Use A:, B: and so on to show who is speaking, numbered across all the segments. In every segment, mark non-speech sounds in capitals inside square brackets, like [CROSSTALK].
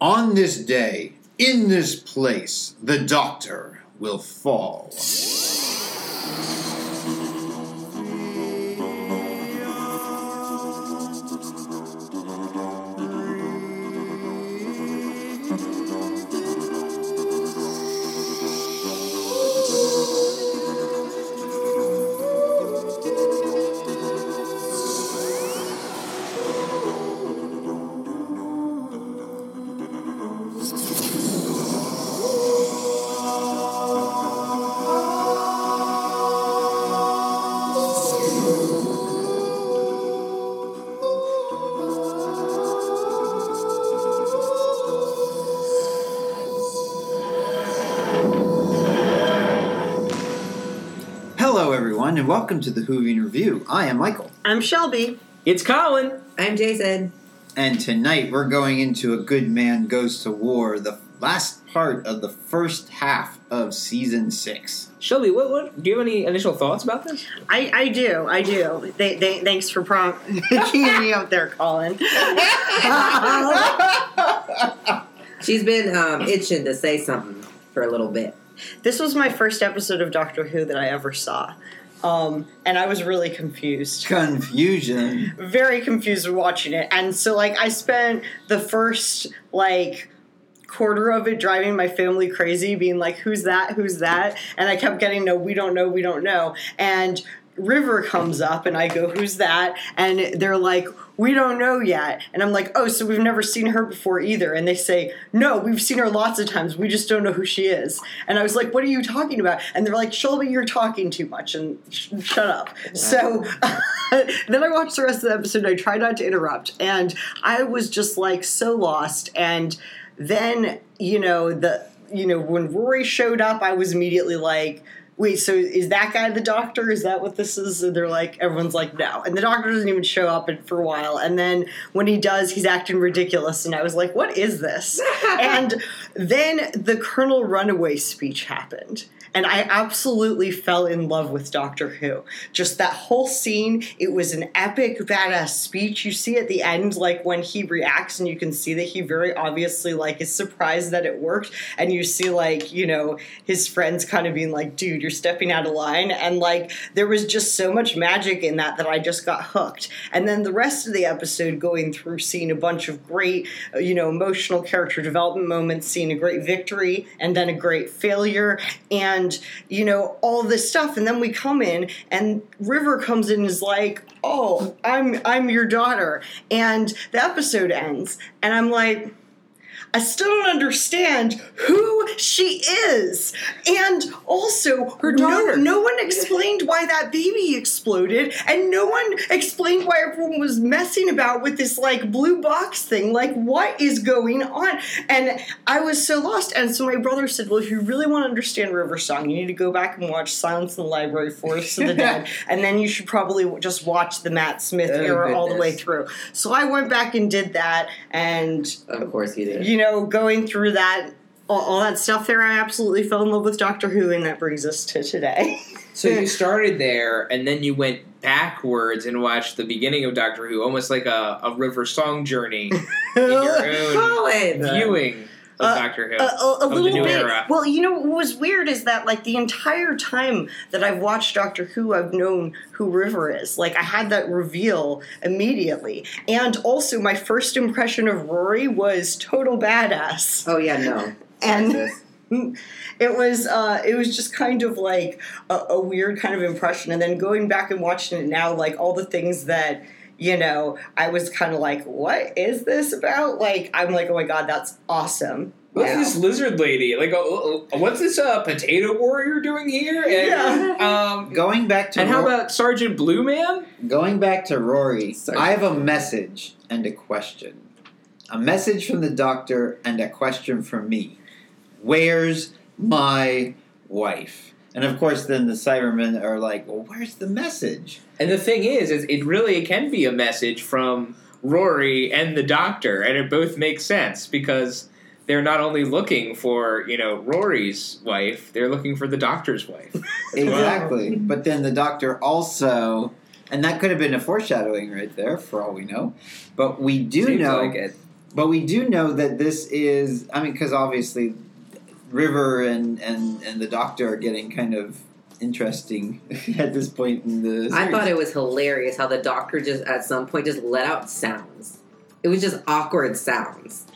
A: On this day, in this place, the doctor will fall. Hello, everyone, and welcome to the Hoovian Review. I am Michael,
B: I'm Shelby.
C: It's Colin.
D: I'm Jason.
A: and tonight we're going into A Good Man Goes to War, the last part of the first half of season six.
C: Shelby, what, what? Do you have any initial thoughts about this?
B: I, I do, I do. They, they, thanks for prompt [LAUGHS] keeping me up there, Colin.
D: She's been um, itching to say something for a little bit.
B: this was my first episode of Doctor Who that I ever saw. Um, and I was really confused.
A: Confusion.
B: Very confused watching it. And so, like, I spent the first, like, quarter of it driving my family crazy, being like, who's that? Who's that? And I kept getting, no, we don't know, we don't know. And River comes up, and I go, who's that? And they're like, we don't know yet. And I'm like, oh, so we've never seen her before either. And they say, no, we've seen her lots of times. We just don't know who she is. And I was like, what are you talking about? And they're like, Shelby, you're talking too much and sh- shut up. So [LAUGHS] then I watched the rest of the episode. I tried not to interrupt. And I was just like so lost. And then you know the you know when Rory showed up, I was immediately like, "Wait, so is that guy the doctor? Is that what this is?" And they're like, everyone's like, "No," and the doctor doesn't even show up in- for a while. And then when he does, he's acting ridiculous, and I was like, "What is this?" and then the Colonel Runaway speech happened. And I absolutely fell in love with Doctor Who. Just that whole scene, it was an epic, badass speech. You see at the end, like when he reacts, and you can see that he very obviously like is surprised that it worked. And you see like you know his friends kind of being like, "Dude, you're stepping out of line." And like there was just so much magic in that that I just got hooked. And then the rest of the episode, going through seeing a bunch of great, uh, you know, emotional character development moments, seeing a great victory and then a great failure, and you know all this stuff. And then we come in, and River comes in and is like, "Oh, I'm I'm your daughter," and the episode ends, and I'm like. I still don't understand who she is. And also,
D: Her
B: no,
D: daughter.
B: no one explained why that baby exploded, and no one explained why everyone was messing about with this like blue box thing. Like, what is going on? And I was so lost. And so my brother said, Well, if you really want to understand River Song, you need to go back and watch Silence in the Library, Forest
D: [LAUGHS]
B: of the Dead, and then you should probably just watch the Matt Smith
D: Oh,
B: era all the way
D: goodness.
B: through. So I went back and did that, and
D: Of course you did.
B: you know, going through that, all, all that stuff there, I absolutely fell in love with Doctor Who, and that brings us to today.
C: So you started there, and then you went backwards and watched the beginning of Doctor Who, almost like a, a River Song journey [LAUGHS]
B: [LAUGHS]
C: in your own
D: Colin!
C: viewing of
B: Uh,
C: Doctor Who.
B: a, a- a
C: Of the
B: little
C: new
B: bit.
C: era.
B: Well, you know what was weird is that like the entire time that I've watched Doctor Who, I've known who River is. Like I had that reveal immediately, and also my first impression of Rory was total badass,
D: Oh, yeah, no.
B: and
D: Texas.
B: it was uh, it was just kind of like a, a weird kind of impression and then going back and watching it now like all the things that you know i was kind of like what is this about like i'm like oh my god that's awesome
C: what's
B: Yeah.
C: this lizard lady? Like, oh, oh, what's this uh, potato warrior doing here?
B: [LAUGHS]
C: And, um,
A: Going back to
C: and how
A: Ro-
C: about Sergeant Blue Man?
A: going back to Rory,
D: Sorry.
A: I have a message and a question. A message from the doctor and a question from me. Where's my wife? And of course, then the Cybermen are like, "Well, where's the message?"
C: And the thing is, is it really can be a message from Rory and the Doctor, and it both makes sense because they're not only looking for you know Rory's wife, they're looking for the Doctor's wife.
A: Exactly. But then the doctor also, and that could have been a foreshadowing right there, for all we know. But we do
C: Seems
A: know
C: like it.
A: But we do know that this is, I mean, because obviously River and, and, and the Doctor are getting kind of interesting [LAUGHS] at this point in the.
D: I thought it was hilarious how the doctor just at some point just let out sounds. It was just awkward sounds.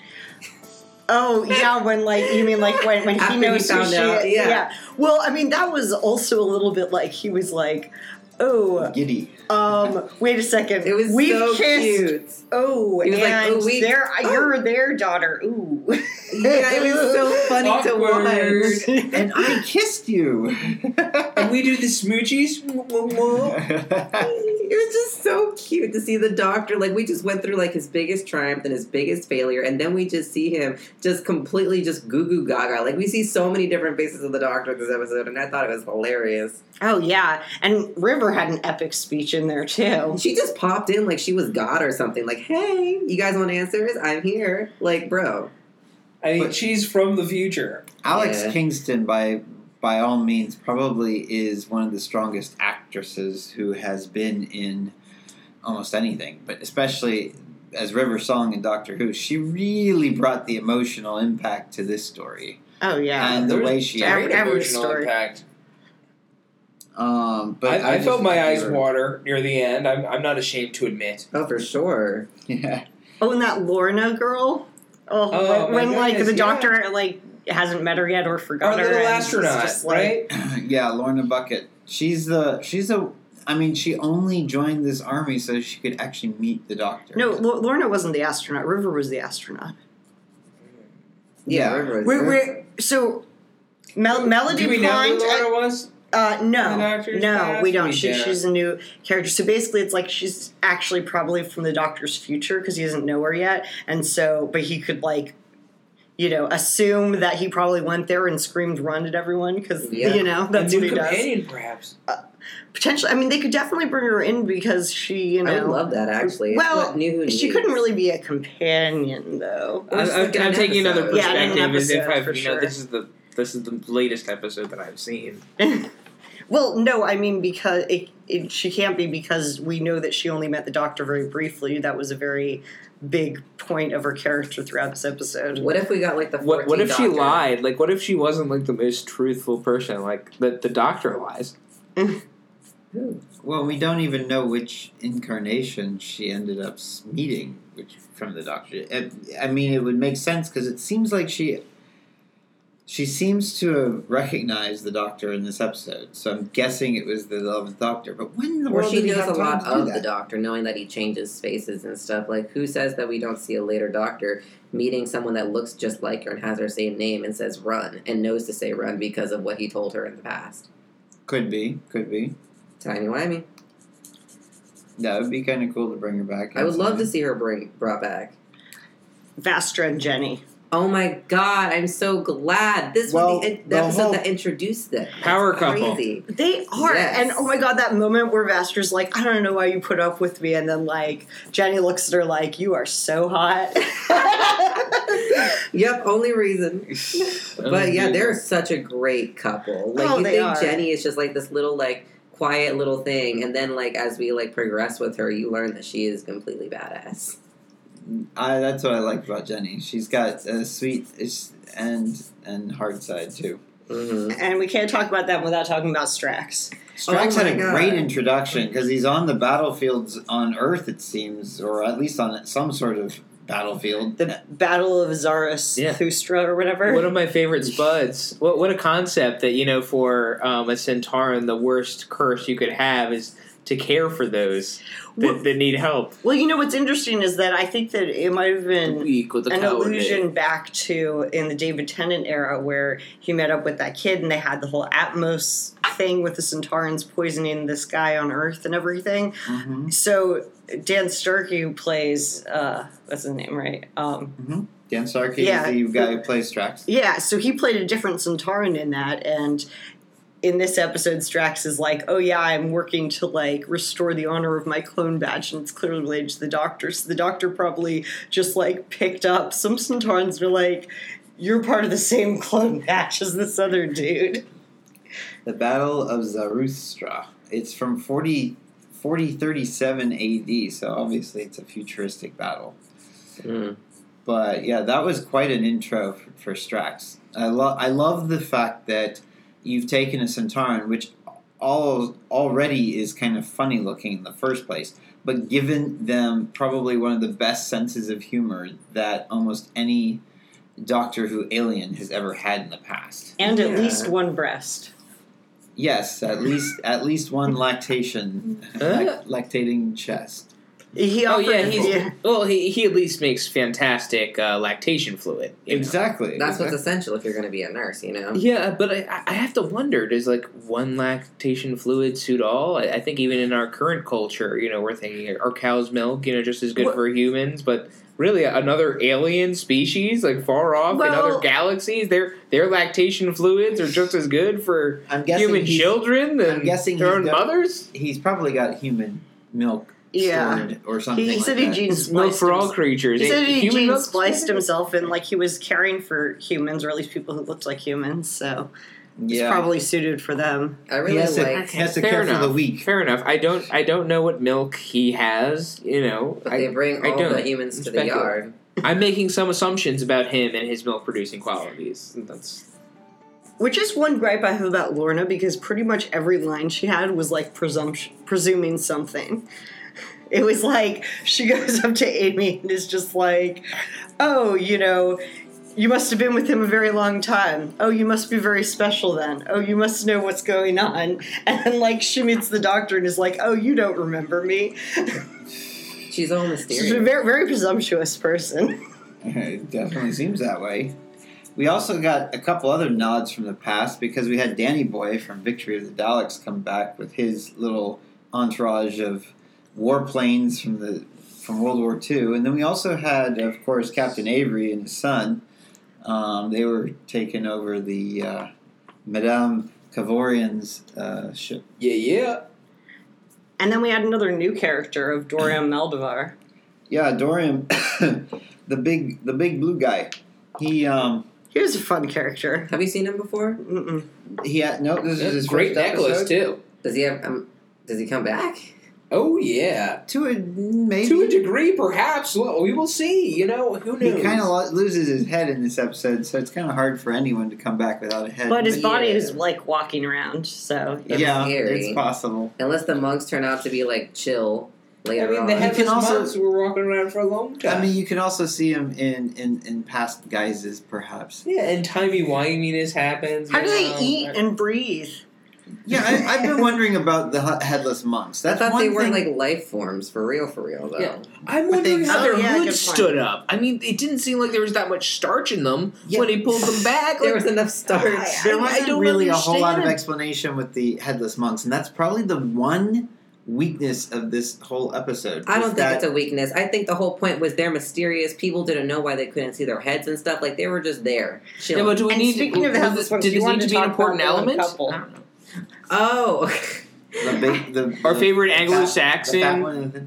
B: Oh yeah, when like you mean like when when
D: After
B: he
D: he
B: knows who
D: found
B: she
D: out,
B: is.
D: yeah.
B: Well, I mean that was also a little bit like he was like, oh,
A: giddy.
B: um, wait a second,
D: It was
B: we've
D: so
B: kissed.
D: cute.
B: Oh,
D: He was like,
B: and
D: "Oh, we-
B: there,
D: oh."
B: you're their daughter. Ooh, [LAUGHS]
D: Yeah, it was so funny to watch.
C: Awkward.
A: And I kissed you. [LAUGHS]
C: and we do the smoochies.
D: [LAUGHS] it was just so cute to see the doctor. Like we just went through like his biggest triumph and his biggest failure, and then we just see him just completely just goo goo gaga. Like we see so many different faces of the doctor this episode, and I thought it was hilarious.
B: oh yeah, and River had an epic speech in there too.
D: She just popped in like she was God or something. Like, hey, you guys want answers? I'm here. Like, bro.
C: I mean,
A: But-
C: she's from the future.
A: Alex
D: Yeah.
A: Kingston, by by all means, probably is one of the strongest actresses who has been in almost anything, but especially as River Song in Doctor Who, she really brought the emotional impact to this story
B: Oh yeah,
A: and the
C: There was
A: way she.
B: Every-
C: Great
A: acted.
B: every
C: emotional
B: story.
C: impact.
A: Um, but
C: I, I,
A: just
C: felt my
A: think
C: eyes
A: her-
C: water near the end. I'm, I'm not ashamed to admit.
D: Oh, for sure.
A: [LAUGHS] Yeah,
B: Oh, and that Lorna girl. Oh,
C: Oh,
B: when, when,
C: my
B: like the
C: goodness,
B: doctor like hasn't met her yet or forgot her.
C: Our little
B: and it's
C: astronaut,
B: just like-
C: right?
A: yeah, Lorna Bucket. She's the she's a. I mean, she only joined this army so she could actually meet the Doctor.
B: No, Lo- Lorna wasn't the astronaut. River was the astronaut.
A: Yeah.
D: River is-
B: We're, we're, so, Mel- Melody
C: Do we know
B: Blunt.
C: who Laura was?
B: uh, no,
C: the Doctor's
B: no,
C: past?
B: we don't.
C: We
B: She,
C: don't.
B: she's a new character. So basically, it's like she's actually probably from the Doctor's future because he doesn't know her yet, and so, but he could like. You know, assume that he probably went there and screamed "run" at everyone because
D: Yeah.
B: you know that's
C: a
B: what
C: new
B: he does.
C: companion, perhaps.
B: potentially. I mean, they could definitely bring her in because she, you know,
D: I would love that actually. It's
B: Well,
D: what New Who
B: she
D: needs.
B: couldn't really be a companion though.
D: We're just looking at
C: taking another
D: episodes.
B: Yeah, in an
C: perspective. as if
B: episode,
C: I've,
B: for
C: you know,
B: sure.
C: this is the this is the latest episode that I've seen.
B: Well, no, I mean because it, it, she can't be because we know that she only met the doctor very briefly. That was a very big point of her character throughout this episode.
D: What if we got like the
C: What what
D: 14
C: if she
D: doctor?
C: lied? Like, what if she wasn't like the most truthful person? Like that the doctor lies.
D: Who?
A: Well, we don't even know which incarnation she ended up s- meeting, which from the Doctor. I, I mean, it would make sense because it seems like she she seems to have recognized the Doctor in this episode. So I'm guessing it was the Eleventh Doctor. But when in the
D: Or
A: world
D: she
A: did he
D: knows
A: have
D: a
A: time
D: lot
A: to do
D: of the
A: that?
D: doctor, knowing that he changes faces and stuff. Like, who says that we don't see a later doctor meeting someone that looks just like her and has her same name and says run and knows to say run because of what he told her in the past?
A: Could be, could be.
D: Tiny wimey.
A: That would be kind of cool to bring her back.
D: I would love to see her bring brought back.
B: Vastra and Jenny.
D: Oh my god, I'm so glad. This
A: Well,
D: was the,
A: the
D: the episode
A: whole-
D: that introduced them.
C: Power
D: That's
C: couple.
D: Crazy.
B: They are,
D: Yes.
B: and oh my god, that moment where Vastra's like, "I don't know why you put up with me," and then like Jenny looks at her like, "You are so [LAUGHS] hot."
D: Yep, only reason. But
A: Um,
D: yeah, they're such a great couple. Like
B: Oh,
D: you
B: they
D: think
B: are.
D: Jenny is just like this little like quiet little thing, and then like as we like progress with her, you learn that she is completely badass.
A: I, that's what I like about Jenny. She's got a sweet it's- and and hard side too.
D: Mm-hmm.
B: and we can't talk about them without talking about Strax.
A: Strax
D: Oh my
A: had a
D: God.
A: great introduction because he's on the battlefields on Earth, it seems, or at least on some sort of battlefield.
B: the Battle of Zaras
C: Yeah.
B: Thustra or whatever.
C: One of my favorite spuds. What what a concept that you know for um, a Centauran, the worst curse you could have is to care for those that, that need help.
B: well, you know what's interesting is that I think that it might have been
C: Weak with the
B: an
C: coward.
B: allusion back to in the David Tennant era where he met up with that kid and they had the whole Atmos thing with the Centaurans poisoning this guy on Earth and everything.
D: Mm-hmm.
A: Mhm.
B: So Dan Sturkey who plays uh what's his name, right? Um
A: Dan Sarkis,
B: Yeah.
A: the guy who plays Strax.
B: Yeah, so he played a different Centauran in that, and in this episode, Strax is like, "Oh yeah, I'm working to like restore the honor of my clone badge," and it's clearly related to the Doctor. So the Doctor probably just like picked up some Centaurans were like, "You're part of the same [LAUGHS] clone batch as this other dude."
A: The Battle of Zarathustra. It's from 40, 4037 AD, so obviously it's a futuristic battle. But yeah, that was quite an intro for, for Strax. I love I love the fact that you've taken a Centauran, which all already is kind of funny looking in the first place, but given them probably one of the best senses of humor that almost any Doctor Who alien has ever had in the past.
B: and at
D: Yeah.
B: least one breast.
A: Yes, at least at least one lactation lac- lactating chest.
B: He
C: Oh
B: offered
C: yeah,
B: to
C: he's
B: be-
C: well. He, he at least makes fantastic uh, lactation fluid. you know.
A: Exactly.
D: That's what's essential if you're going to be a nurse, you know?
C: Yeah, but I, I have to wonder: does like one lactation fluid suit all? I, I think even in our current culture, you know, we're thinking are cows' milk, you know, just as good
D: Well-
C: for humans, but really uh, another alien species, like far off in
B: Well-
C: other galaxies, their their lactation fluids are just as good for
A: I'm guessing
C: human
A: he's-
C: children than
A: I'm guessing
C: their
A: he's
C: own
A: got-
C: mothers.
A: he's probably got human milk
B: Yeah.
A: stored or something.
B: he, he said
A: like
B: he
A: that.
B: gene
C: Milk
B: spliced
C: for all
B: himself.
C: creatures.
B: He said
C: Eh,
B: he
C: human
B: gene
C: milk-
B: spliced himself and like he was caring for humans or at least people who looked like humans, so
A: yeah.
B: it's probably suited for them.
D: I
A: he
D: really
A: has to,
D: like
A: he has to
C: Fair
A: care
C: enough.
A: for the weak.
C: Fair enough. I don't. I don't know what milk he has. You know,
D: they
C: I,
D: bring
C: I
D: all
C: don't.
D: the humans to the
C: Speculate.
D: yard.
C: I'm making some assumptions about him and his milk producing qualities. That's
B: Which is one gripe I have about Lorna because pretty much every line she had was like presumption, presuming something. It was like she goes up to Amy and is just like, "Oh, you know, you must have been with him a very long time. Oh, you must be very special then. Oh, you must know what's going on." [LAUGHS] And then like she meets the doctor and is like, "Oh, you don't remember me."
D: She's all
B: She's a
D: mysterious.
B: very very presumptuous person. [LAUGHS]
A: It definitely seems that way. We also got a couple other nods from the past because we had Danny Boy from Victory of the Daleks come back with his little entourage of warplanes from the from World War II, and then we also had, of course, Captain Avery and his son. Um, they were taking over the uh, Madame Cavorian's uh, ship.
C: yeah, yeah.
B: And then we had another new character of Dorian Maldivar.
A: Yeah, Dorian, [COUGHS] the big the big blue guy. He um,
B: He was a fun character.
D: Have you seen him before?
B: Mm-mm.
A: he had no. This is his
C: great
A: first
C: necklace
A: episode.
C: too.
D: Does he have? Um, does he come back?
C: Oh yeah,
A: To a maybe
C: to a degree, perhaps. Well, we will see. You know, who knows?
A: He kind of lo- loses his head in this episode, so it's kind of hard for anyone to come back without a head.
B: But his
D: Yeah.
B: body is like walking around, so
D: That's
A: yeah,
D: scary.
A: it's possible.
D: Unless the monks turn out to be like uh, chill
C: I
D: later
C: mean,
D: on.
C: the
A: head-
C: headless
A: also-
C: monks were walking around for a long time.
A: I mean, you can also see him in in, in past guises, perhaps.
C: yeah, and timey wimeyness happens.
B: how
C: you
B: do they
C: know.
B: eat and breathe?
A: Yeah, I, I've been wondering about the he- headless monks.
D: I
A: That's
D: thought
A: one
D: they were
A: thing.
D: like life forms for real, for real though.
C: Yeah. I'm
A: But
C: wondering
A: they-
C: how their
B: Oh, yeah, good
C: hoods
B: point.
C: stood up. I mean, it didn't seem like there was that much starch in them
A: Yeah.
C: when he pulled them back.
D: There
C: Like,
D: was enough
C: I-
D: starch.
A: there
C: I
A: wasn't
C: don't
A: really a whole lot of
C: understand.
A: explanation with the headless monks, and that's probably the one weakness of this whole episode.
D: I
A: was
D: don't think
A: that
D: it's a weakness. I think the whole point was they're mysterious. People didn't know why they couldn't see their heads and stuff. Like they were just there.
C: Yeah,
D: Chilling.
C: but do we
B: And
C: need?
B: speaking of the
C: was
B: headless
C: it-
B: monks,
C: did
B: you
C: this
B: wanted
C: need to
B: to
C: be an
B: talk about
C: important
B: the one
C: element?
B: couple.
C: I don't know.
D: oh, [LAUGHS]
A: the big, the,
C: Our
A: the-
C: favorite
A: the fat-
C: Anglo-Saxon-
A: the fat one and the thin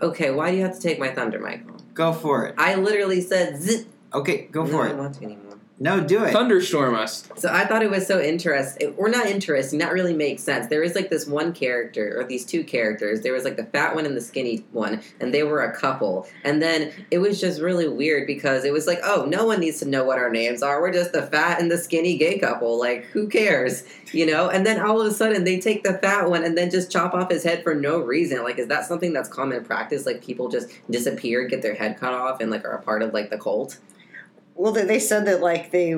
A: one.
D: okay. Why do you have to take my thunder, Michael?
A: Go for it.
D: I literally said, Zit.
A: Okay, go
D: No,
A: for
D: I don't
A: it.
D: want to anymore.
A: No, do it.
C: Thunderstorm us.
B: [LAUGHS]
D: So I thought it was so interesting, or not interesting, not really makes sense. There is like this one character, or these two characters. There was like the fat one and the skinny one, and they were a couple. And then it was just really weird because it was like, oh, no one needs to know what our names are. We're just the fat and the skinny gay couple. Like, who cares, you know? And then all of a sudden, they take the fat one and then just chop off his head for no reason. Like, is that something that's common practice? Like, people just disappear, get their head cut off, and like are a part of like the cult.
B: Well, they, they said that like they,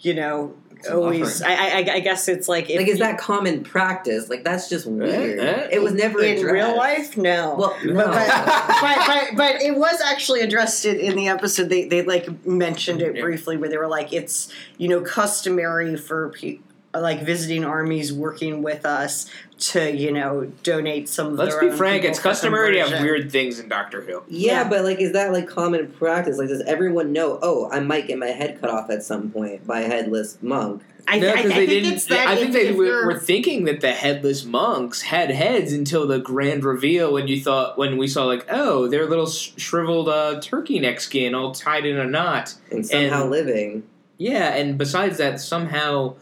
B: you know,
A: It's an
B: always. I,
A: offering.
B: I I- I guess it's like if
D: like, is
B: you- Uh,
D: that common practice? Like, that's just weird.
C: eh.
D: It was never
B: in
D: addressed.
B: real life? No.
D: Well,
B: [LAUGHS]
D: no.
B: but, but, but but it was actually addressed in, in the episode. They, they like mentioned it
C: Yeah.
B: briefly, where they were like, it's you know customary for pe- like visiting armies working with us to you know donate some. Of
C: Let's
B: their
C: be
B: own
C: frank.
B: people
C: It's
B: for
C: customary to have
B: conversion.
C: weird things in Doctor Who.
D: yeah, but like, is that like common practice? Like, does everyone know? Oh, I might get my head cut off at some point by a headless monk.
B: I,
C: No,
B: I, I
C: because they
B: think
C: didn't.
B: it's that.
C: I think
B: if-
C: they
B: if
C: were,
B: you're-
C: were thinking that the headless monks had heads until the grand reveal. When you thought, when we saw, like, oh, their little sh- shriveled uh, turkey neck skin all tied in a knot.
D: And somehow
C: And-
D: living.
C: Yeah, and besides that, somehow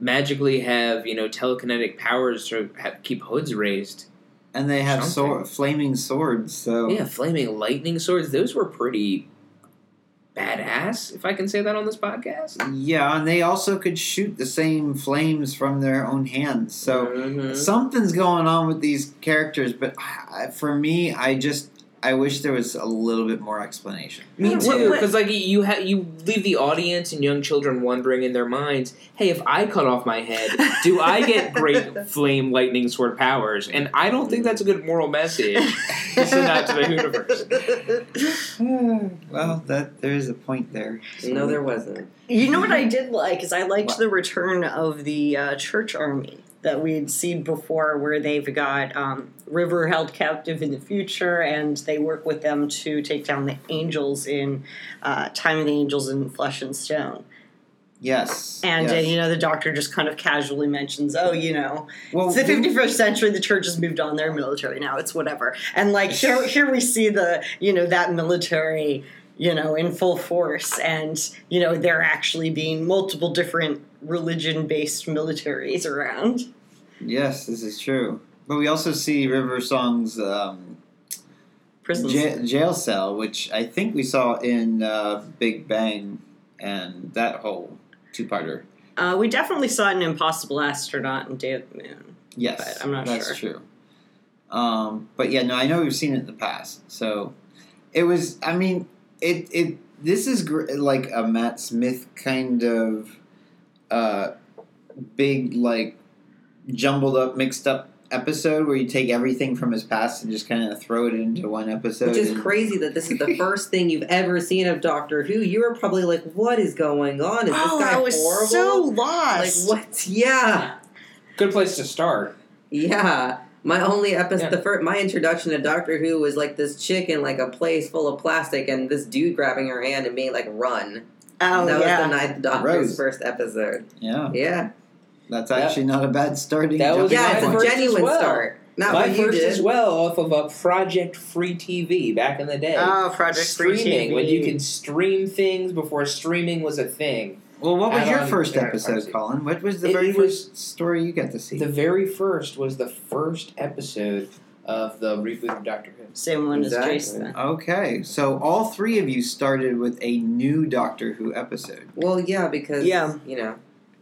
C: magically have you know telekinetic powers to ha keep hoods raised.
A: And they have
C: Something.
B: Oh.
A: sword, flaming swords, so
C: Yeah, flaming lightning swords. Those were pretty badass, if I can say that on this podcast.
A: Yeah, and they also could shoot the same flames from their own hands. So
D: Mhm.
A: something's going on with these characters, but I, for me, I just I wish there was a little bit more
D: [LAUGHS]
A: explanation.
C: Me
D: Yeah, what-
C: too,
D: what-
C: because like you ha- you leave the audience and young children wondering in their minds, hey, if I cut off my head, do I
D: [LAUGHS]
B: [LAUGHS]
C: get great [LAUGHS] flame, lightning, sword powers? And I don't think that's a good moral message. to send out
D: [LAUGHS]
C: to the
A: [LAUGHS] well, that there is a point there.
D: No, there wasn't.
B: You know what I did like is I
A: Mm-hmm.
B: liked
A: What?
B: the return of the uh, church army that we'd seen before, where they've got um, River held captive in the future, and they work with them to take down the angels in uh, Time of the Angels in Flesh and Stone.
A: Yes,
B: And uh,
A: yes.
B: you know, the doctor just kind of casually mentions, "Oh, you know,
A: well,
B: it's the
A: didn't-
B: 51st century. The church has moved on. They're military now. It's whatever." And like [LAUGHS] here, here we see the you know that military you know in full force, and you know there actually being multiple different religion-based militaries around.
A: Yes, this is true. But we also see River Song's um,
B: Prisons.
A: ja- jail cell, which I think we saw in uh, Big Bang and that whole two-parter.
B: uh, we definitely saw an impossible astronaut in Day of the Moon.
A: Yes,
B: But I'm not
A: that's
B: sure.
A: true. Um, but yeah, no, I know we've seen it in the past. So it was. I mean, it it this is gr- like a Matt Smith kind of uh, big like jumbled up, mixed up episode where you take everything from his past and just kind of throw it into one episode.
D: Which is
A: and-
D: crazy that this is the first thing you've ever seen of Doctor Who. You were probably like, "What is going on? Is
B: [GASPS] oh,
D: this guy
B: I was
D: horrible?"
B: so
D: like,
B: lost.
D: what? Yeah,
C: Good place to start.
D: yeah. My only episode,
C: Yeah.
D: the first, my introduction to Doctor Who was like this chick in like a place full of plastic, and this dude grabbing her hand and being like, "Run."
B: Oh
D: that
B: yeah.
D: was the ninth Doctor's
A: Rose.
D: first episode.
A: Yeah,
D: Yeah,
A: that's
C: That-
A: actually not a bad starting.
C: That was
A: jumping
D: yeah.
C: my
D: It's
A: off
D: a
A: point.
C: first as
D: genuine
C: well.
D: start. Not
C: My
D: what you
C: first
D: did.
C: as well off of a Project Free TV back in the day.
D: Ah,
B: Oh, Project Free
C: streaming when
B: TV.
C: you can stream things before streaming was a thing.
A: Well, what was
C: Add
A: your
C: on
A: first
C: there,
A: episode,
C: Parsi.
A: Colin? What was the
C: It-
A: very
C: it was-
A: first story you got to see?
C: The very first was the first episode of the reboot of Doctor Who.
B: Same one
D: Exactly.
B: as Jason.
A: Okay, so all three of you started with a new Doctor Who episode.
D: Well, yeah, because
B: Yeah.
D: you know,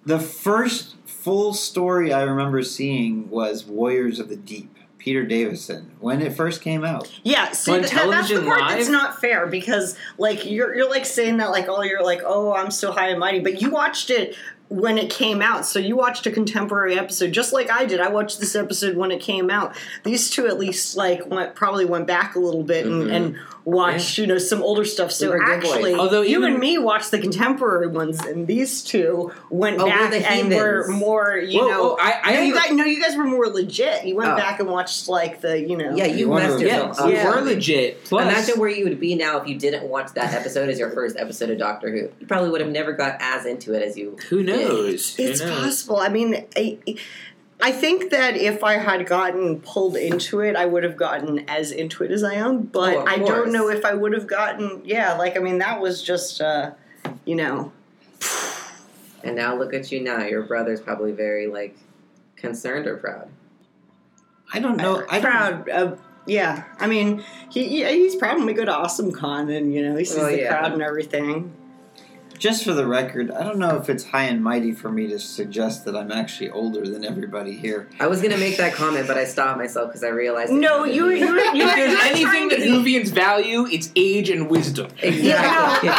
A: The first full story I remember seeing was Warriors of the Deep, Peter Davison, when it first came out.
B: Yeah, see,
C: On
B: th- that- that's the
C: television
B: part
C: live?
B: that's not fair because, like, you're you're like saying that like, oh, you're like, oh, I'm so high and mighty, but you watched it when it came out, so you watched a contemporary episode, just like I did. I watched this episode when it came out. These two, at least, like, went probably went back a little bit
D: Mhm.
B: and, and watched, you know, some older stuff. So
D: were good
B: actually,
D: boys.
C: Although
B: you
C: even-
B: and me watched the contemporary ones, and these two went
D: Oh, we're
B: back
D: the
B: and were
D: heathens.
B: more, you
C: Whoa,
B: know.
C: whoa, I, I
B: no, you
C: even-
B: guys, no, you guys were more legit. You went
D: Oh.
B: back and watched like the, you know,
D: yeah,
A: You
D: you
A: wanna-
D: messed
C: yeah,
D: yourself
B: Yeah.
D: up.
C: we
B: Yeah.
C: were legit. Plus,
D: Imagine where you would be now if you didn't watch that episode as your first episode of Doctor Who. You probably would have never got as into it as you.
C: who knows? Who
B: It's
C: knows?
B: possible. I mean, I, I think that if I had gotten pulled into it, I would have gotten as into it as I am. But
D: Oh, of
B: I
D: course.
B: don't know if I would have gotten. Yeah, like I mean, that was just, uh, you know,
D: And now look at you now. Your brother's probably very like concerned or proud.
A: I don't know. I, don't,
B: proud. Uh, yeah, I mean, he yeah, he's proud when we go to Awesome Con, and you know, he sees
D: Oh,
B: the
D: yeah.
B: crowd and everything.
A: just for the record, I don't know if it's high and mighty for me to suggest that I'm actually older than everybody here.
D: I was gonna make that comment, but I stopped myself because I realized. it
B: No,
D: was-
B: you were- [LAUGHS] you were- you
C: If
D: [LAUGHS]
B: were-
C: there's
B: You're
C: anything
B: trying
C: that
B: to-
C: Hoovians value, it's age and wisdom.
D: exactly. [LAUGHS]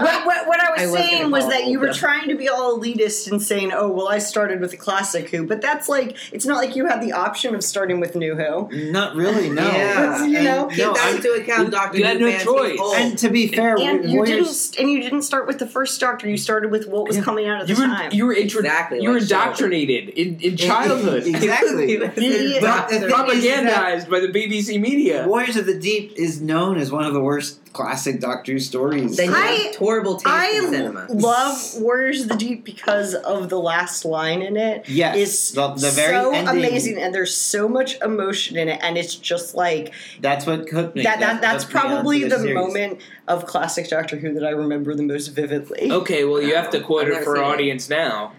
B: What, what, what I was
D: I was
B: saying
D: gonna
B: was
D: call
B: that you were
D: them.
B: trying to be all elitist and saying, "Oh, well, I started with the classic Who," but that's like it's not like you had the option of starting with new Who.
A: Not really, no.
D: Yeah.
B: You know,
A: And-
D: Take
A: no,
D: that
A: I'm-
D: into account, Oh,
C: you-
D: Doctor
C: you
D: Who
C: had no
D: fans.
C: choice.
D: He's old.
A: and to be fair,
B: Oh. And you
A: Warriors,
B: didn't, and you didn't start with the first Doctor. You started with what was
C: Yeah.
B: coming out at the
C: You were
B: [LAUGHS] time.
C: you were intro-
D: Exactly,
C: you were
D: like Sheldon.
C: indoctrinated in, in childhood,
A: exactly.
B: Idiot
A: But the
B: Doctor.
A: thing is that-
C: propagandized by the BBC media.
A: Warriors of the Deep is known as one of the worst classic Doctor Who stories.
D: Then you
B: I-
D: have horrible taste in cinema.
B: I love Warriors of the Deep because of the last line in it.
A: yes,
B: It's
A: the, the very
B: so
A: ending,
B: amazing, and there's so much emotion in it, and it's just like
A: That's what hooked me.
B: that, that. That's
A: hooked me onto
B: probably the
A: series.
B: moment of classic Doctor Who that I remember the most vividly.
D: Oh,
C: Okay, well you have to quote
D: I've
C: it
D: never
C: for
D: seen it.
C: audience now.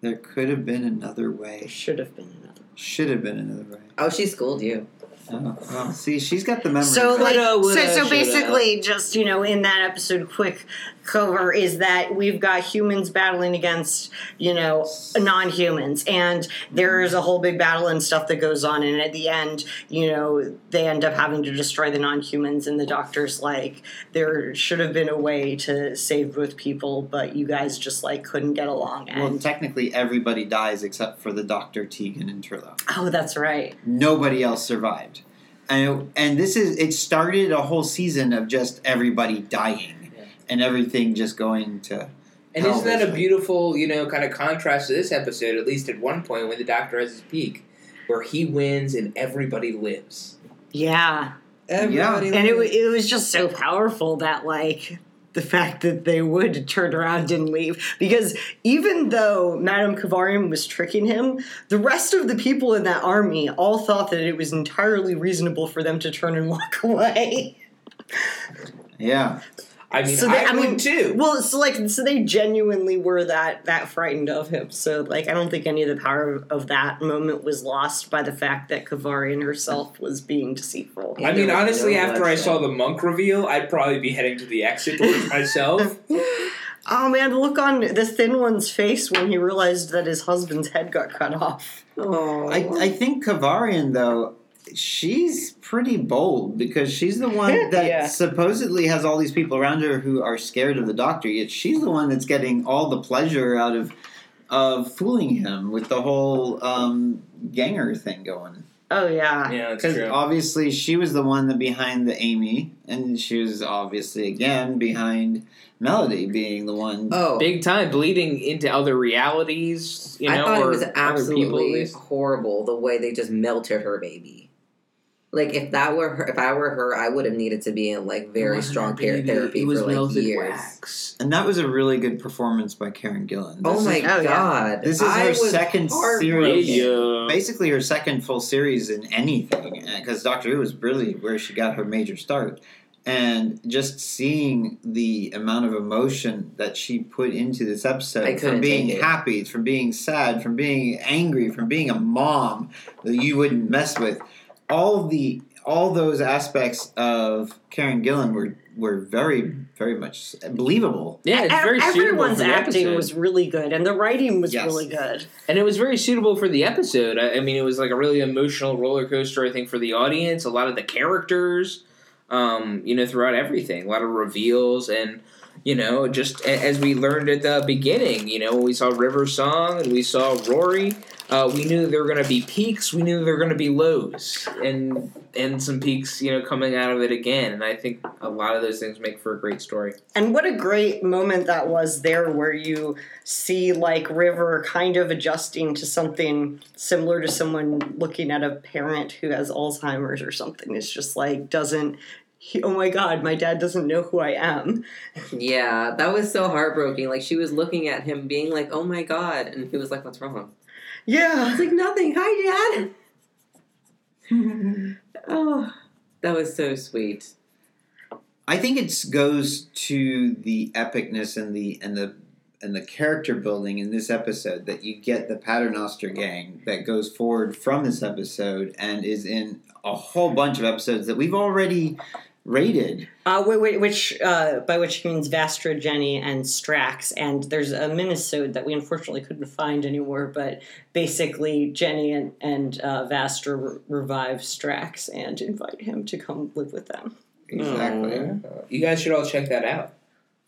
A: There could have been another
B: There
A: way.
B: should have been another.
A: Should have been another way.
D: Oh, she schooled you.
A: Oh, well, see, she's got the memory.
B: So
A: right.
B: like
D: Coulda, woulda,
B: so, so
D: shoulda.
B: basically just you know in that episode quick cover is that we've got humans battling against you know non-humans and there is a whole big battle and stuff that goes on and at the end you know they end up having to destroy the non-humans and the doctor's like there should have been a way to save both people but you guys just like couldn't get along
A: well,
B: and
A: technically everybody dies except for the Doctor Tegan and Turlo.
B: oh that's right
A: Nobody else survived, and and this is it started a whole season of just everybody dying
C: Yeah.
A: and everything just going to.
C: And
A: Hell,
C: isn't that a
A: basically.
C: beautiful, you know, kind of contrast to this episode, at least at one point when the Doctor has his peak, where he wins and everybody lives.
B: yeah
D: Everybody
B: and it, wa-
D: leaves.
C: Mm.
B: it was just so powerful that like the fact that they would turn around and leave because even though madame kavarian was tricking him the rest of the people in that army all thought that it was entirely reasonable for them to turn and [LAUGHS] walk away
A: Yeah,
C: I mean,
B: So they-
C: I,
B: I mean,
C: would too.
B: well so like so they genuinely were that that frightened of him so like i don't think any of the power of, of that moment was lost by the fact that kavarian herself was being deceitful
C: I mean,
A: no-
C: honestly,
A: no
C: after I
A: bloodshed.
C: saw the monk reveal, I'd probably be heading to the
A: [LAUGHS]
C: exit doors myself.
B: Oh man, the look on the thin one's face when he realized that his husband's head got cut off.
D: Oh,
A: I, I think Kavarian though. She's pretty bold because she's the one
D: [LAUGHS]
A: that
B: Yeah.
A: supposedly has all these people around her who are scared of the doctor. Yet she's the one that's getting all the pleasure out of of fooling him with the whole um, ganger thing going.
B: Oh yeah.
C: yeah, that's
A: Because
C: true.
A: obviously she was the one that behind the Amy, and she was obviously again behind Melody being the one.
D: oh,
C: Big time bleeding into other realities, you know,
D: I thought
C: or
D: it was
C: other people at
D: absolutely
C: least.
D: horrible the way they just melted her baby. Like if that were her, if I were her, I would have needed to be in like very strong pair therapy
C: It was
D: for like
C: melted
D: years.
C: wax.
A: And that was a really good performance by Karen Gillan. This
D: Oh my
A: Is,
B: oh, yeah.
D: god!
A: this is
D: I
A: her
D: was
A: second
D: heartbroken.
A: series.
C: Yeah.
A: Basically, her second full series in anything, because Doctor Who was really where she got her major start. And just seeing the amount of emotion that she put into this
D: I
A: episode
D: couldn't
A: from being
D: take it.
A: happy, from being sad, from being angry, from being a mom that you wouldn't mess with, all the all those aspects of Karen Gillan were were very very much believable.
C: Yeah, it's
B: Ev-
C: very suitable
B: E-, Everyone's
C: for the
B: acting
C: episode.
B: was really good, and the writing was
A: Yes.
B: really good.
C: and it was very suitable for the episode. I, I mean, it was like a really emotional roller coaster. I think for the audience, a lot of the characters, um, you know, throughout everything, a lot of reveals, and you know, just a- as we learned at the beginning, you know, we saw River Song and we saw Rory. Uh, we knew there were going to be peaks. We knew there were going to be lows, and and some peaks, you know, coming out of it again. And I think a lot of those things make for a great story.
B: And what a great moment that was there, where you see like River kind of adjusting to something similar to someone looking at a parent who has Alzheimer's or something. It's just like doesn't. He, oh my God, my dad doesn't know who I am.
D: Yeah, that was so heartbroken. Like she was looking at him, being like, "Oh my god," and he was like, "What's wrong?"
B: Yeah.
D: It's like nothing. Hi, Dad. oh, that was so sweet.
A: I think it goes to the epicness and the and the and the character building in this episode that you get the Paternoster gang that goes forward from this episode and is in a whole bunch of episodes that we've already rated.
B: Uh, whi- whi- which, uh, by which he means Vastra, Jenny, and Strax. And there's a minisode that we unfortunately couldn't find anywhere, but basically Jenny and, and uh, Vastra re- revive Strax and invite him to come live with them.
A: Exactly.
C: You guys should all check that out.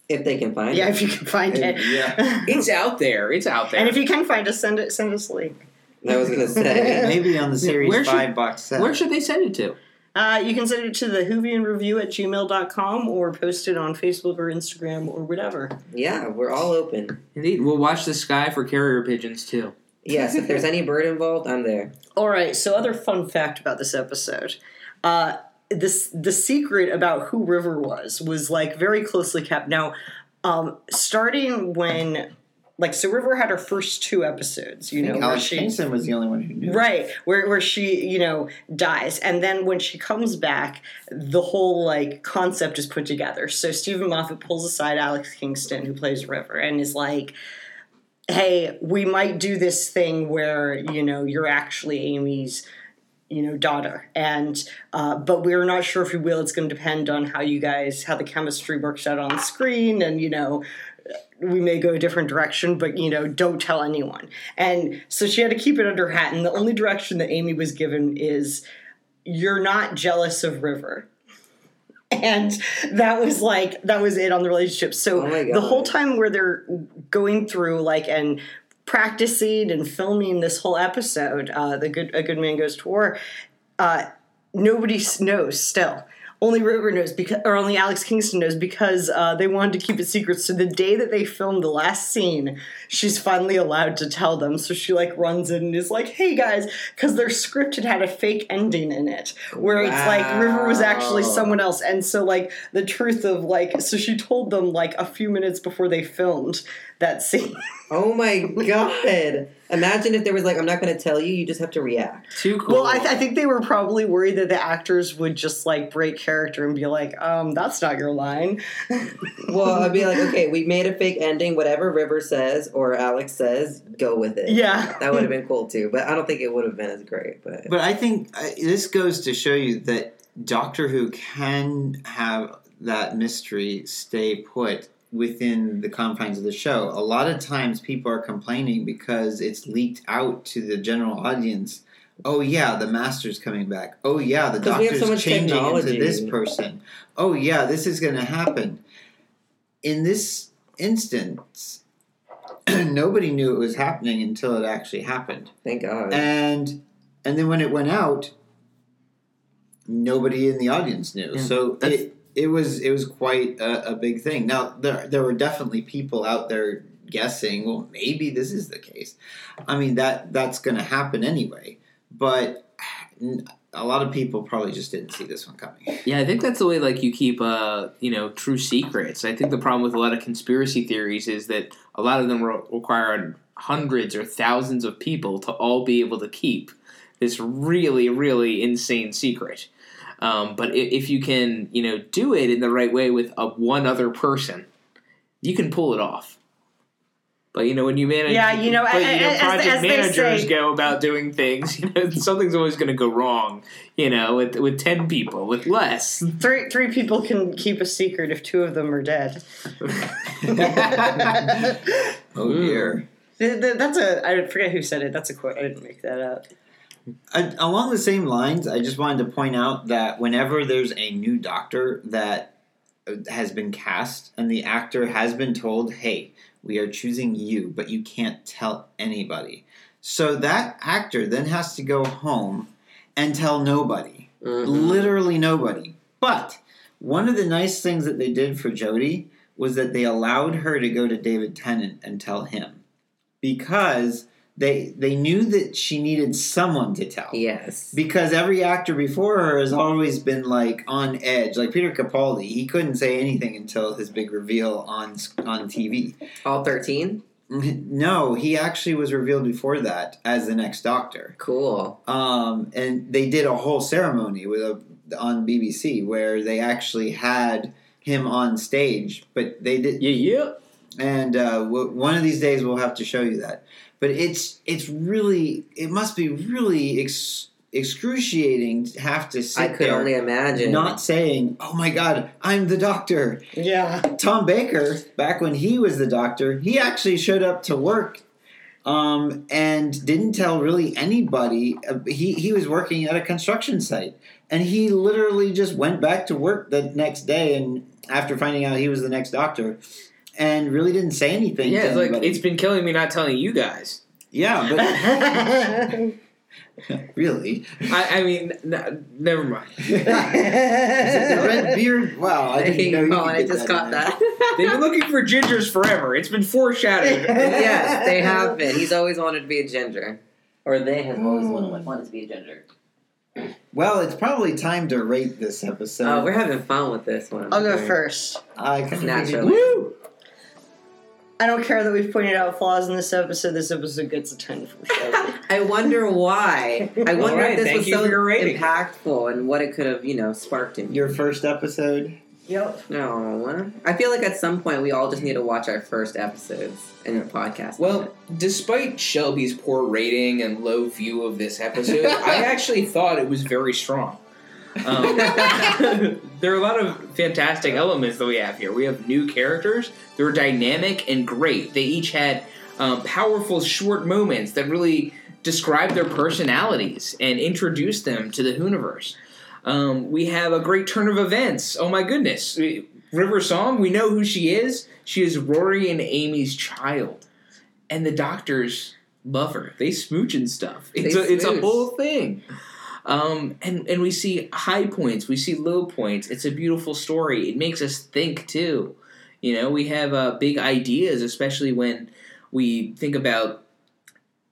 D: If they can find
B: Yeah,
D: it,
B: if you can find it.
A: Yeah.
C: It's out there. It's out
B: [LAUGHS]
C: there.
B: And if you can find us, send it. Send us a link.
D: I was gonna
A: [LAUGHS]
D: say.
A: Maybe
C: [LAUGHS]
A: on the series
C: Where should-
A: five box set.
C: Where should they send it to?
B: Uh, you can send it to the Hoovian Review at gmail.com or post it on Facebook or Instagram or whatever.
D: yeah, we're all open.
C: Indeed. We'll watch the sky for carrier pigeons too.
D: Yes, if there's any bird involved, I'm there.
B: All right. So, other fun fact about this episode: uh, this the secret about who River was was like very closely kept. Now, um, starting when, like, so River had her first two episodes. You know, where
A: Alex
B: she
A: Kingston was the only one who knew.
B: Right, where where she you know dies, and then when she comes back, the whole like concept is put together. So Stephen Moffat pulls aside Alex Kingston, who plays River, and is like, "Hey, we might do this thing where you know you're actually Amy's." you know, daughter. And uh, but we're not sure if we will. It's going to depend on how you guys, how the chemistry works out on the screen, and you know, we may go a different direction, but you know, don't tell anyone. And so she had to keep it under her hat. And the only direction that Amy was given is, you're not jealous of River. And that was like that was it on the relationship. So
D: Oh my
B: the whole
D: God.
B: time where they're going through like and practicing and filming this whole episode, uh, the good a good man goes to war. Uh, nobody s- knows still. Only River knows because, or only Alex Kingston knows because uh, they wanted to keep it secret. So the day that they filmed the last scene, she's finally allowed to tell them. So she like runs in and is like, "Hey guys," because their script had had a fake ending in it where it's like River was actually
D: Wow.
B: someone else, and so like the truth of like, so she told them like a few minutes before they filmed that scene. [LAUGHS]
D: Oh my god! Imagine if there was like, I'm not going to tell you. You just have to react.
C: Too cool.
B: Well, I, th- I think they were probably worried that the actors would just like break character and be like, um, that's not your line.
D: Well, I'd be like, okay, we made a fake ending. Whatever River says or Alex says, go with it.
B: Yeah.
D: that would have been cool too. But I don't think it would have been as great. But
A: But I think uh, this goes to show you that Doctor Who can have that mystery stay put within the confines of the show. A lot of times people are complaining because it's leaked out to the general audience. Oh yeah, the master's coming back. Oh yeah, the
D: 'Cause we have
A: doctor's
D: so much
A: changing
D: technology.
A: into this person. Oh yeah, this is going to happen. In this instance, [CLEARS THROAT] nobody knew it was happening until it actually happened
D: thank God.
A: and and then when it went out, nobody in the audience knew.
C: Yeah,
A: so
C: that's-
A: it it was it was quite a, a big thing. Now there there were definitely people out there guessing. Well, maybe this is the case. I mean that that's going to happen anyway. But n- a lot of people probably just didn't see this one
C: [LAUGHS]
A: coming. [LAUGHS]
C: Yeah, I think that's the way like you keep uh you know true secrets. I think the problem with a lot of conspiracy theories is that a lot of them re- require hundreds or thousands of people to all be able to keep this really really insane secret. Um, but i- if you can you know do it in the right way with a, one other person, you can pull it off. But you know when you manage,
B: Yeah, you know,
C: but,
B: a- a- as-
C: project
B: as they
C: managers
B: say-
C: go about doing things, [LAUGHS] you know, something's always going to go wrong you know, with with ten people, with less.
B: Three three people can keep a secret if two of them are dead. [LAUGHS]
A: oh dear.
B: Th- th- That's a I forget who said it. That's a quote. I didn't make that up.
A: I, along the same lines, I just wanted to point out that whenever there's a new doctor that uh, has been cast and the actor has been told, "Hey, we are choosing you, but you can't tell anybody." So that actor then has to go home and tell nobody.
D: Mm-hmm.
A: Literally nobody. But one of the nice things that they did for Jodie was that they allowed her to go to David Tennant and tell him because they they knew that she needed someone to tell.
D: yes.
A: Because every actor before her has always been like on edge. Like Peter Capaldi, he couldn't say anything until his big reveal on s- on TV.
D: All thirteen.
A: No, he actually was revealed before that as the next Doctor.
D: Cool.
A: um, and they did a whole ceremony with a on BBC where they actually had him on stage, but they did.
C: Yeah, yeah.
A: And uh, w- one of these days we'll have to show you that. But it's it's really it must be really ex- excruciating to have to sit
D: I could
A: there
D: only imagine. [LAUGHS]
A: not saying, "Oh my God, I'm the doctor."
B: Yeah.
A: Tom Baker, back when he was the doctor, he actually showed up to work um, and didn't tell really anybody. Uh, he, he was working at a construction site. And he literally just went back to work the next day and after finding out he was the next doctor and really didn't say anything.
C: Yeah,
A: to
C: it's like
A: anybody.
C: it's been killing me not telling you guys.
A: [LAUGHS] yeah,
D: [LAUGHS]
A: but [LAUGHS] really.
C: I, I mean, n- never mind.
A: the red beard. Wow, I
D: There
A: didn't know
D: you
A: you
D: go,
A: could
D: and I
A: get
D: just
A: that in
D: got
A: there.
D: that. [LAUGHS]
C: They've been looking for gingers forever. It's been foreshadowed. [LAUGHS]
D: yes, they have been. He's always wanted to be a ginger, or they have always wanted, wanted to be a ginger.
A: Well, it's probably time to rate this episode.
D: Oh, we're having fun with this
B: [LAUGHS]
D: one.
B: I'll go first.
A: I kind of
D: Naturally.
A: Woo!
B: I don't care that we've pointed out flaws in this episode. This episode gets a ten from Shelby.
D: I wonder why. I
C: All
D: wonder
C: right,
D: if this
C: thank
D: was
C: you
D: so
C: for your rating.
D: impactful and what it could have, you know, sparked in you.
A: Your first episode.
B: Yep.
D: No, I feel like at some point we all just need to watch our first episodes and the podcast.
C: Well, despite Shelby's poor rating and low view of this episode, I [LAUGHS] actually thought it was very strong. Um, [LAUGHS]
D: Oh.
A: [LAUGHS]
C: there are a lot of fantastic elements that we have here. We have new characters. They're dynamic and great. They each had um, powerful short moments that really describe their personalities and introduce them to the Hooniverse. Um, we have a great turn of events. Oh my goodness. We- River Song, we know who she is. She is Rory and Amy's child. And the doctors love her. They smooch and stuff. It's,
D: They
C: a, it's a
D: smooch.
C: whole thing. Um, and, and we see high points, we see low points. It's a beautiful story. It makes us think too. You know, we have uh, big ideas, especially when we think about,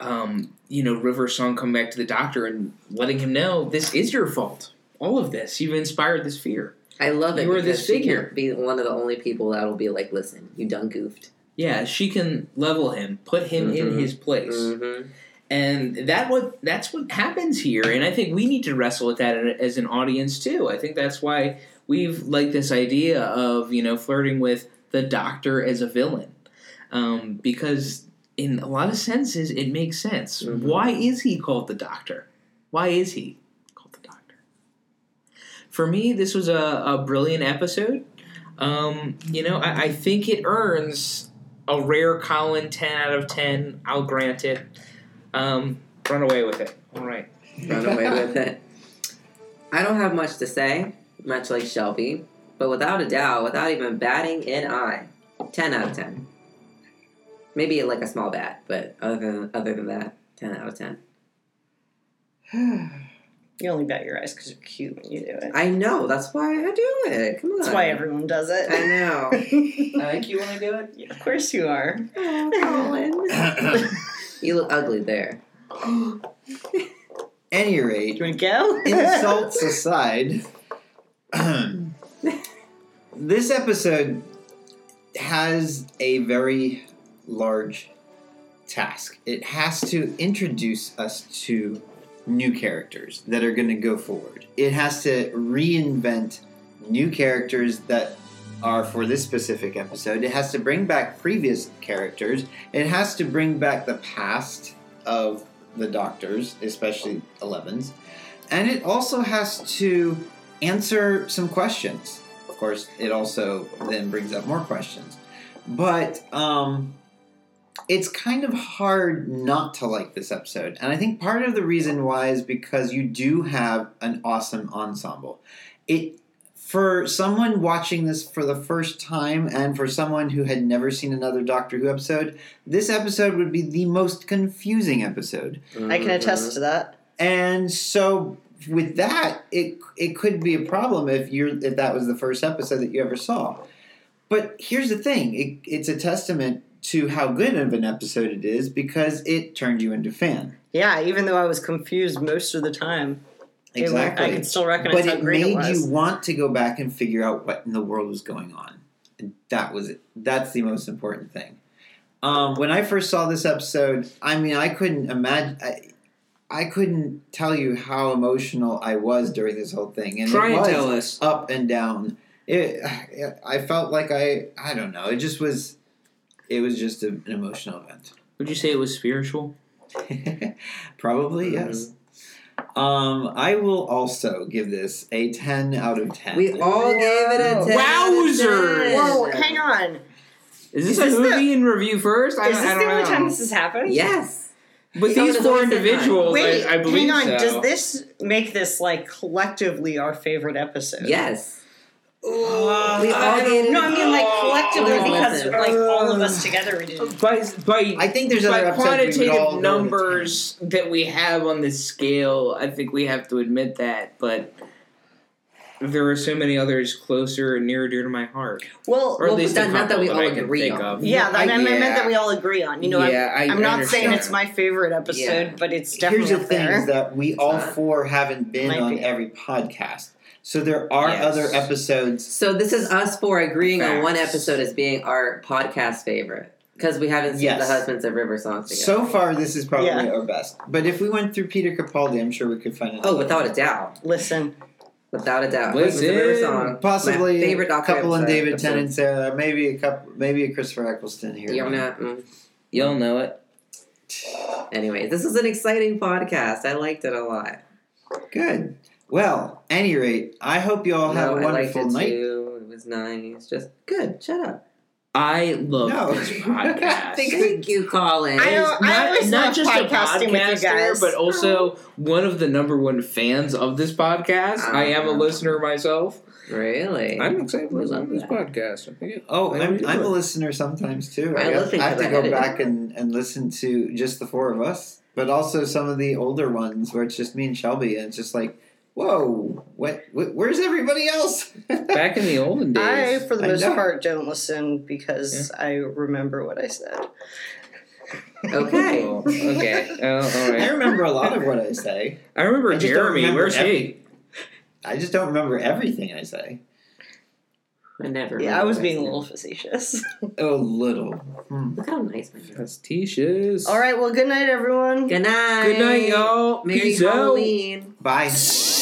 C: um, you know, River Song coming back to the doctor and letting him know this is your fault. All of this. You've inspired this fear.
D: I love it.
C: You were
D: because
C: this
D: she
C: figure.
D: can't Be one of the only people that'll be like, listen, you done goofed.
C: Yeah, she can level him, put him in
D: Mhm.
C: his place,
D: Mm-hmm.
C: and that what that's what happens here. And I think we need to wrestle with that as an audience too. I think that's why we've liked this idea of you know flirting with the doctor as a villain, um, because in a lot of senses it makes sense.
D: Mhm.
C: Why is he called the doctor? Why is he called the doctor? For me, this was a, a brilliant episode. Um, you know, I, I think it earns a rare Colin 10 out of 10. I'll grant it. Um, run away with it. All right. [LAUGHS]
D: Run away with it. I don't have much to say, much like Shelby, but without a doubt, without even batting an eye, ten out of ten. Maybe like a small bat, but other than other than that, ten out of ten.
B: You only bat your eyes because you're cute when you do it.
D: I know. That's why I do it. Come on.
B: That's why everyone does
D: I
B: it. [LAUGHS]
C: [LAUGHS]
D: know.
C: think you want to do it?
B: of course you are.
D: Oh, Colin. you look ugly there.
A: Any rate,
B: You want to go?
A: insults aside, [CLEARS THROAT] this episode has a very large task. It has to introduce us to new characters that are going to go forward. It has to reinvent new characters that are for this specific episode. It has to bring back previous characters. It has to bring back the past of the doctors, especially Eleven's and it also has to answer some questions. Of course, it also then brings up more questions, but um, it's kind of hard not to like this episode. And I think part of the reason why is because you do have an awesome ensemble. It for someone watching this for the first time and for someone who had never seen another Doctor Who episode, this episode would be the most confusing episode.
B: [LAUGHS] I can attest to that.
A: And so with that, it it could be a problem if you're if that was the first episode that you ever saw. But here's the thing: it, it's a testament to how good of an episode it is because it turned you into fan.
B: Yeah, even though I was confused most of the time, it wa-
A: Exactly,
B: I could still recognize
A: but
B: how
A: it
B: great
A: made
B: it was.
A: you want to go back and figure out what in the world was going on. And that was it. That's the most important thing. Um, when I first saw this episode, I mean, I couldn't imagine. I, I couldn't tell you how emotional I was during this whole thing, and
C: Try
A: it
C: and
A: was
C: tell us.
A: up and down. It, I felt like I, I don't know. It just was, it was just a- an emotional event.
C: Would you say it was spiritual?
A: [LAUGHS] Probably yes. Um, I will also give this a ten out of ten.
D: We all gave it a
B: Whoa.
D: 10. out of
C: Wowzers.
D: 10.
B: Whoa, hang on.
C: Is
B: Is
C: this a
B: this the-
C: movie in review first? I,
B: Is
C: don't-
B: this
C: I
B: the
C: don't
B: only
C: know.
B: time this has happened?
D: Yes.
C: With
D: So
C: these
D: does
C: four
D: the second
C: individuals,
B: Wait,
C: I, I believe
B: hang on. Does
C: so.
B: this make this like collectively our favorite episode?
D: Yes.
A: Uh,
D: We all gave it
B: No, I mean like
C: Oh,
B: collectively
D: oh,
B: because
D: listen.
B: like all of us together we did.
C: by by
A: I think there's
C: by
A: other episodes we would all
C: quantitative
A: go with
C: numbers that we have on this scale, I think we have to admit that. But there are so many others closer and nearer dear to my heart,
B: Well,
C: or
D: Well,
C: at least
D: but
C: a
D: that- not that
C: couple
D: we all
C: I can
D: agree
C: think
D: on.
C: of.
B: yeah, that, I,
A: I-
B: meant
A: yeah.
B: that we all agree on. You know,
C: yeah, I,
B: I'm, I'm not saying
C: understand.
B: it's my favorite episode,
D: Yeah.
B: but it's
A: ten.
B: definitely
A: Here's the
B: up
A: thing:
B: there.
A: is that we all
D: not.
A: four haven't been
B: Might
A: on
B: be.
A: every podcast, so there are
C: Yes.
A: other episodes.
D: So this is us four agreeing on one
C: Facts.
D: episode as being our podcast favorite because we haven't seen
A: Yes.
D: the husbands of River Songs together.
A: So far, this is probably
B: Yeah.
A: our best. But if we went through Peter Capaldi, I'm sure we could find another.
D: oh, without a doubt.
B: Listen,
D: without a
C: Listen,
D: doubt. Wings of the River song,
A: Possibly
D: my favorite
A: a
D: Doctor
A: couple in
D: episode.
A: David Tennant, Sarah. Maybe a couple, maybe a Christopher Eccleston here.
D: You're not. Mm.
C: You'll know it.
D: Anyway, this was an exciting podcast. I liked it a lot.
A: Good. Well, any rate, I hope you all have
D: No,
A: a
D: I
A: wonderful
D: liked it
A: night.
D: Too. It was nice. Just good. Shut up.
C: I love
A: No.
B: [LAUGHS]
C: this podcast.
A: Thank
D: Thank you, Colin.
B: I don't-
C: not,
B: always
C: not
B: love
C: just a
B: podcasting with you
C: podcaster,
B: guys.
C: but also one of the number one fans of this podcast. I am a
D: Ah.
C: listener myself.
D: really.
C: I'm excited to
D: We
C: listen
D: love
C: to this
D: that.
C: podcast. I think it-
A: Oh,
C: I
A: I'm,
C: really
A: I'm a
C: do.
A: listener sometimes too.
D: I
A: I, have,
D: listen
A: I have to
D: 'cause I
A: go
D: edit it.
A: back and, and listen to just the four of us, but also some of the older ones where it's just me and Shelby, and it's just like, whoa, what, wh- where's everybody else? [LAUGHS]
C: back in the
B: [LAUGHS]
C: olden
B: I,
C: days.
B: for the
A: I
B: most
A: know.
B: part, don't listen because I remember what I said.
D: okay.
C: Oh, okay.
B: [LAUGHS]
C: Oh, all
A: I
C: right.
A: remember a lot of what I say.
C: I remember
A: I just don't
C: Jeremy.
A: remember
C: Where's he?
A: every- I just don't remember everything I say.
D: I never.
B: Yeah, I was being a
D: remember.
B: little facetious. [LAUGHS]
A: A little. Hmm.
D: Look how nice my hair is.
C: Facetious.
B: All right, well, good night, everyone.
D: Good night.
C: Good night, y'all.
D: Merry
C: Peace out.
D: Halloween.
A: Bye.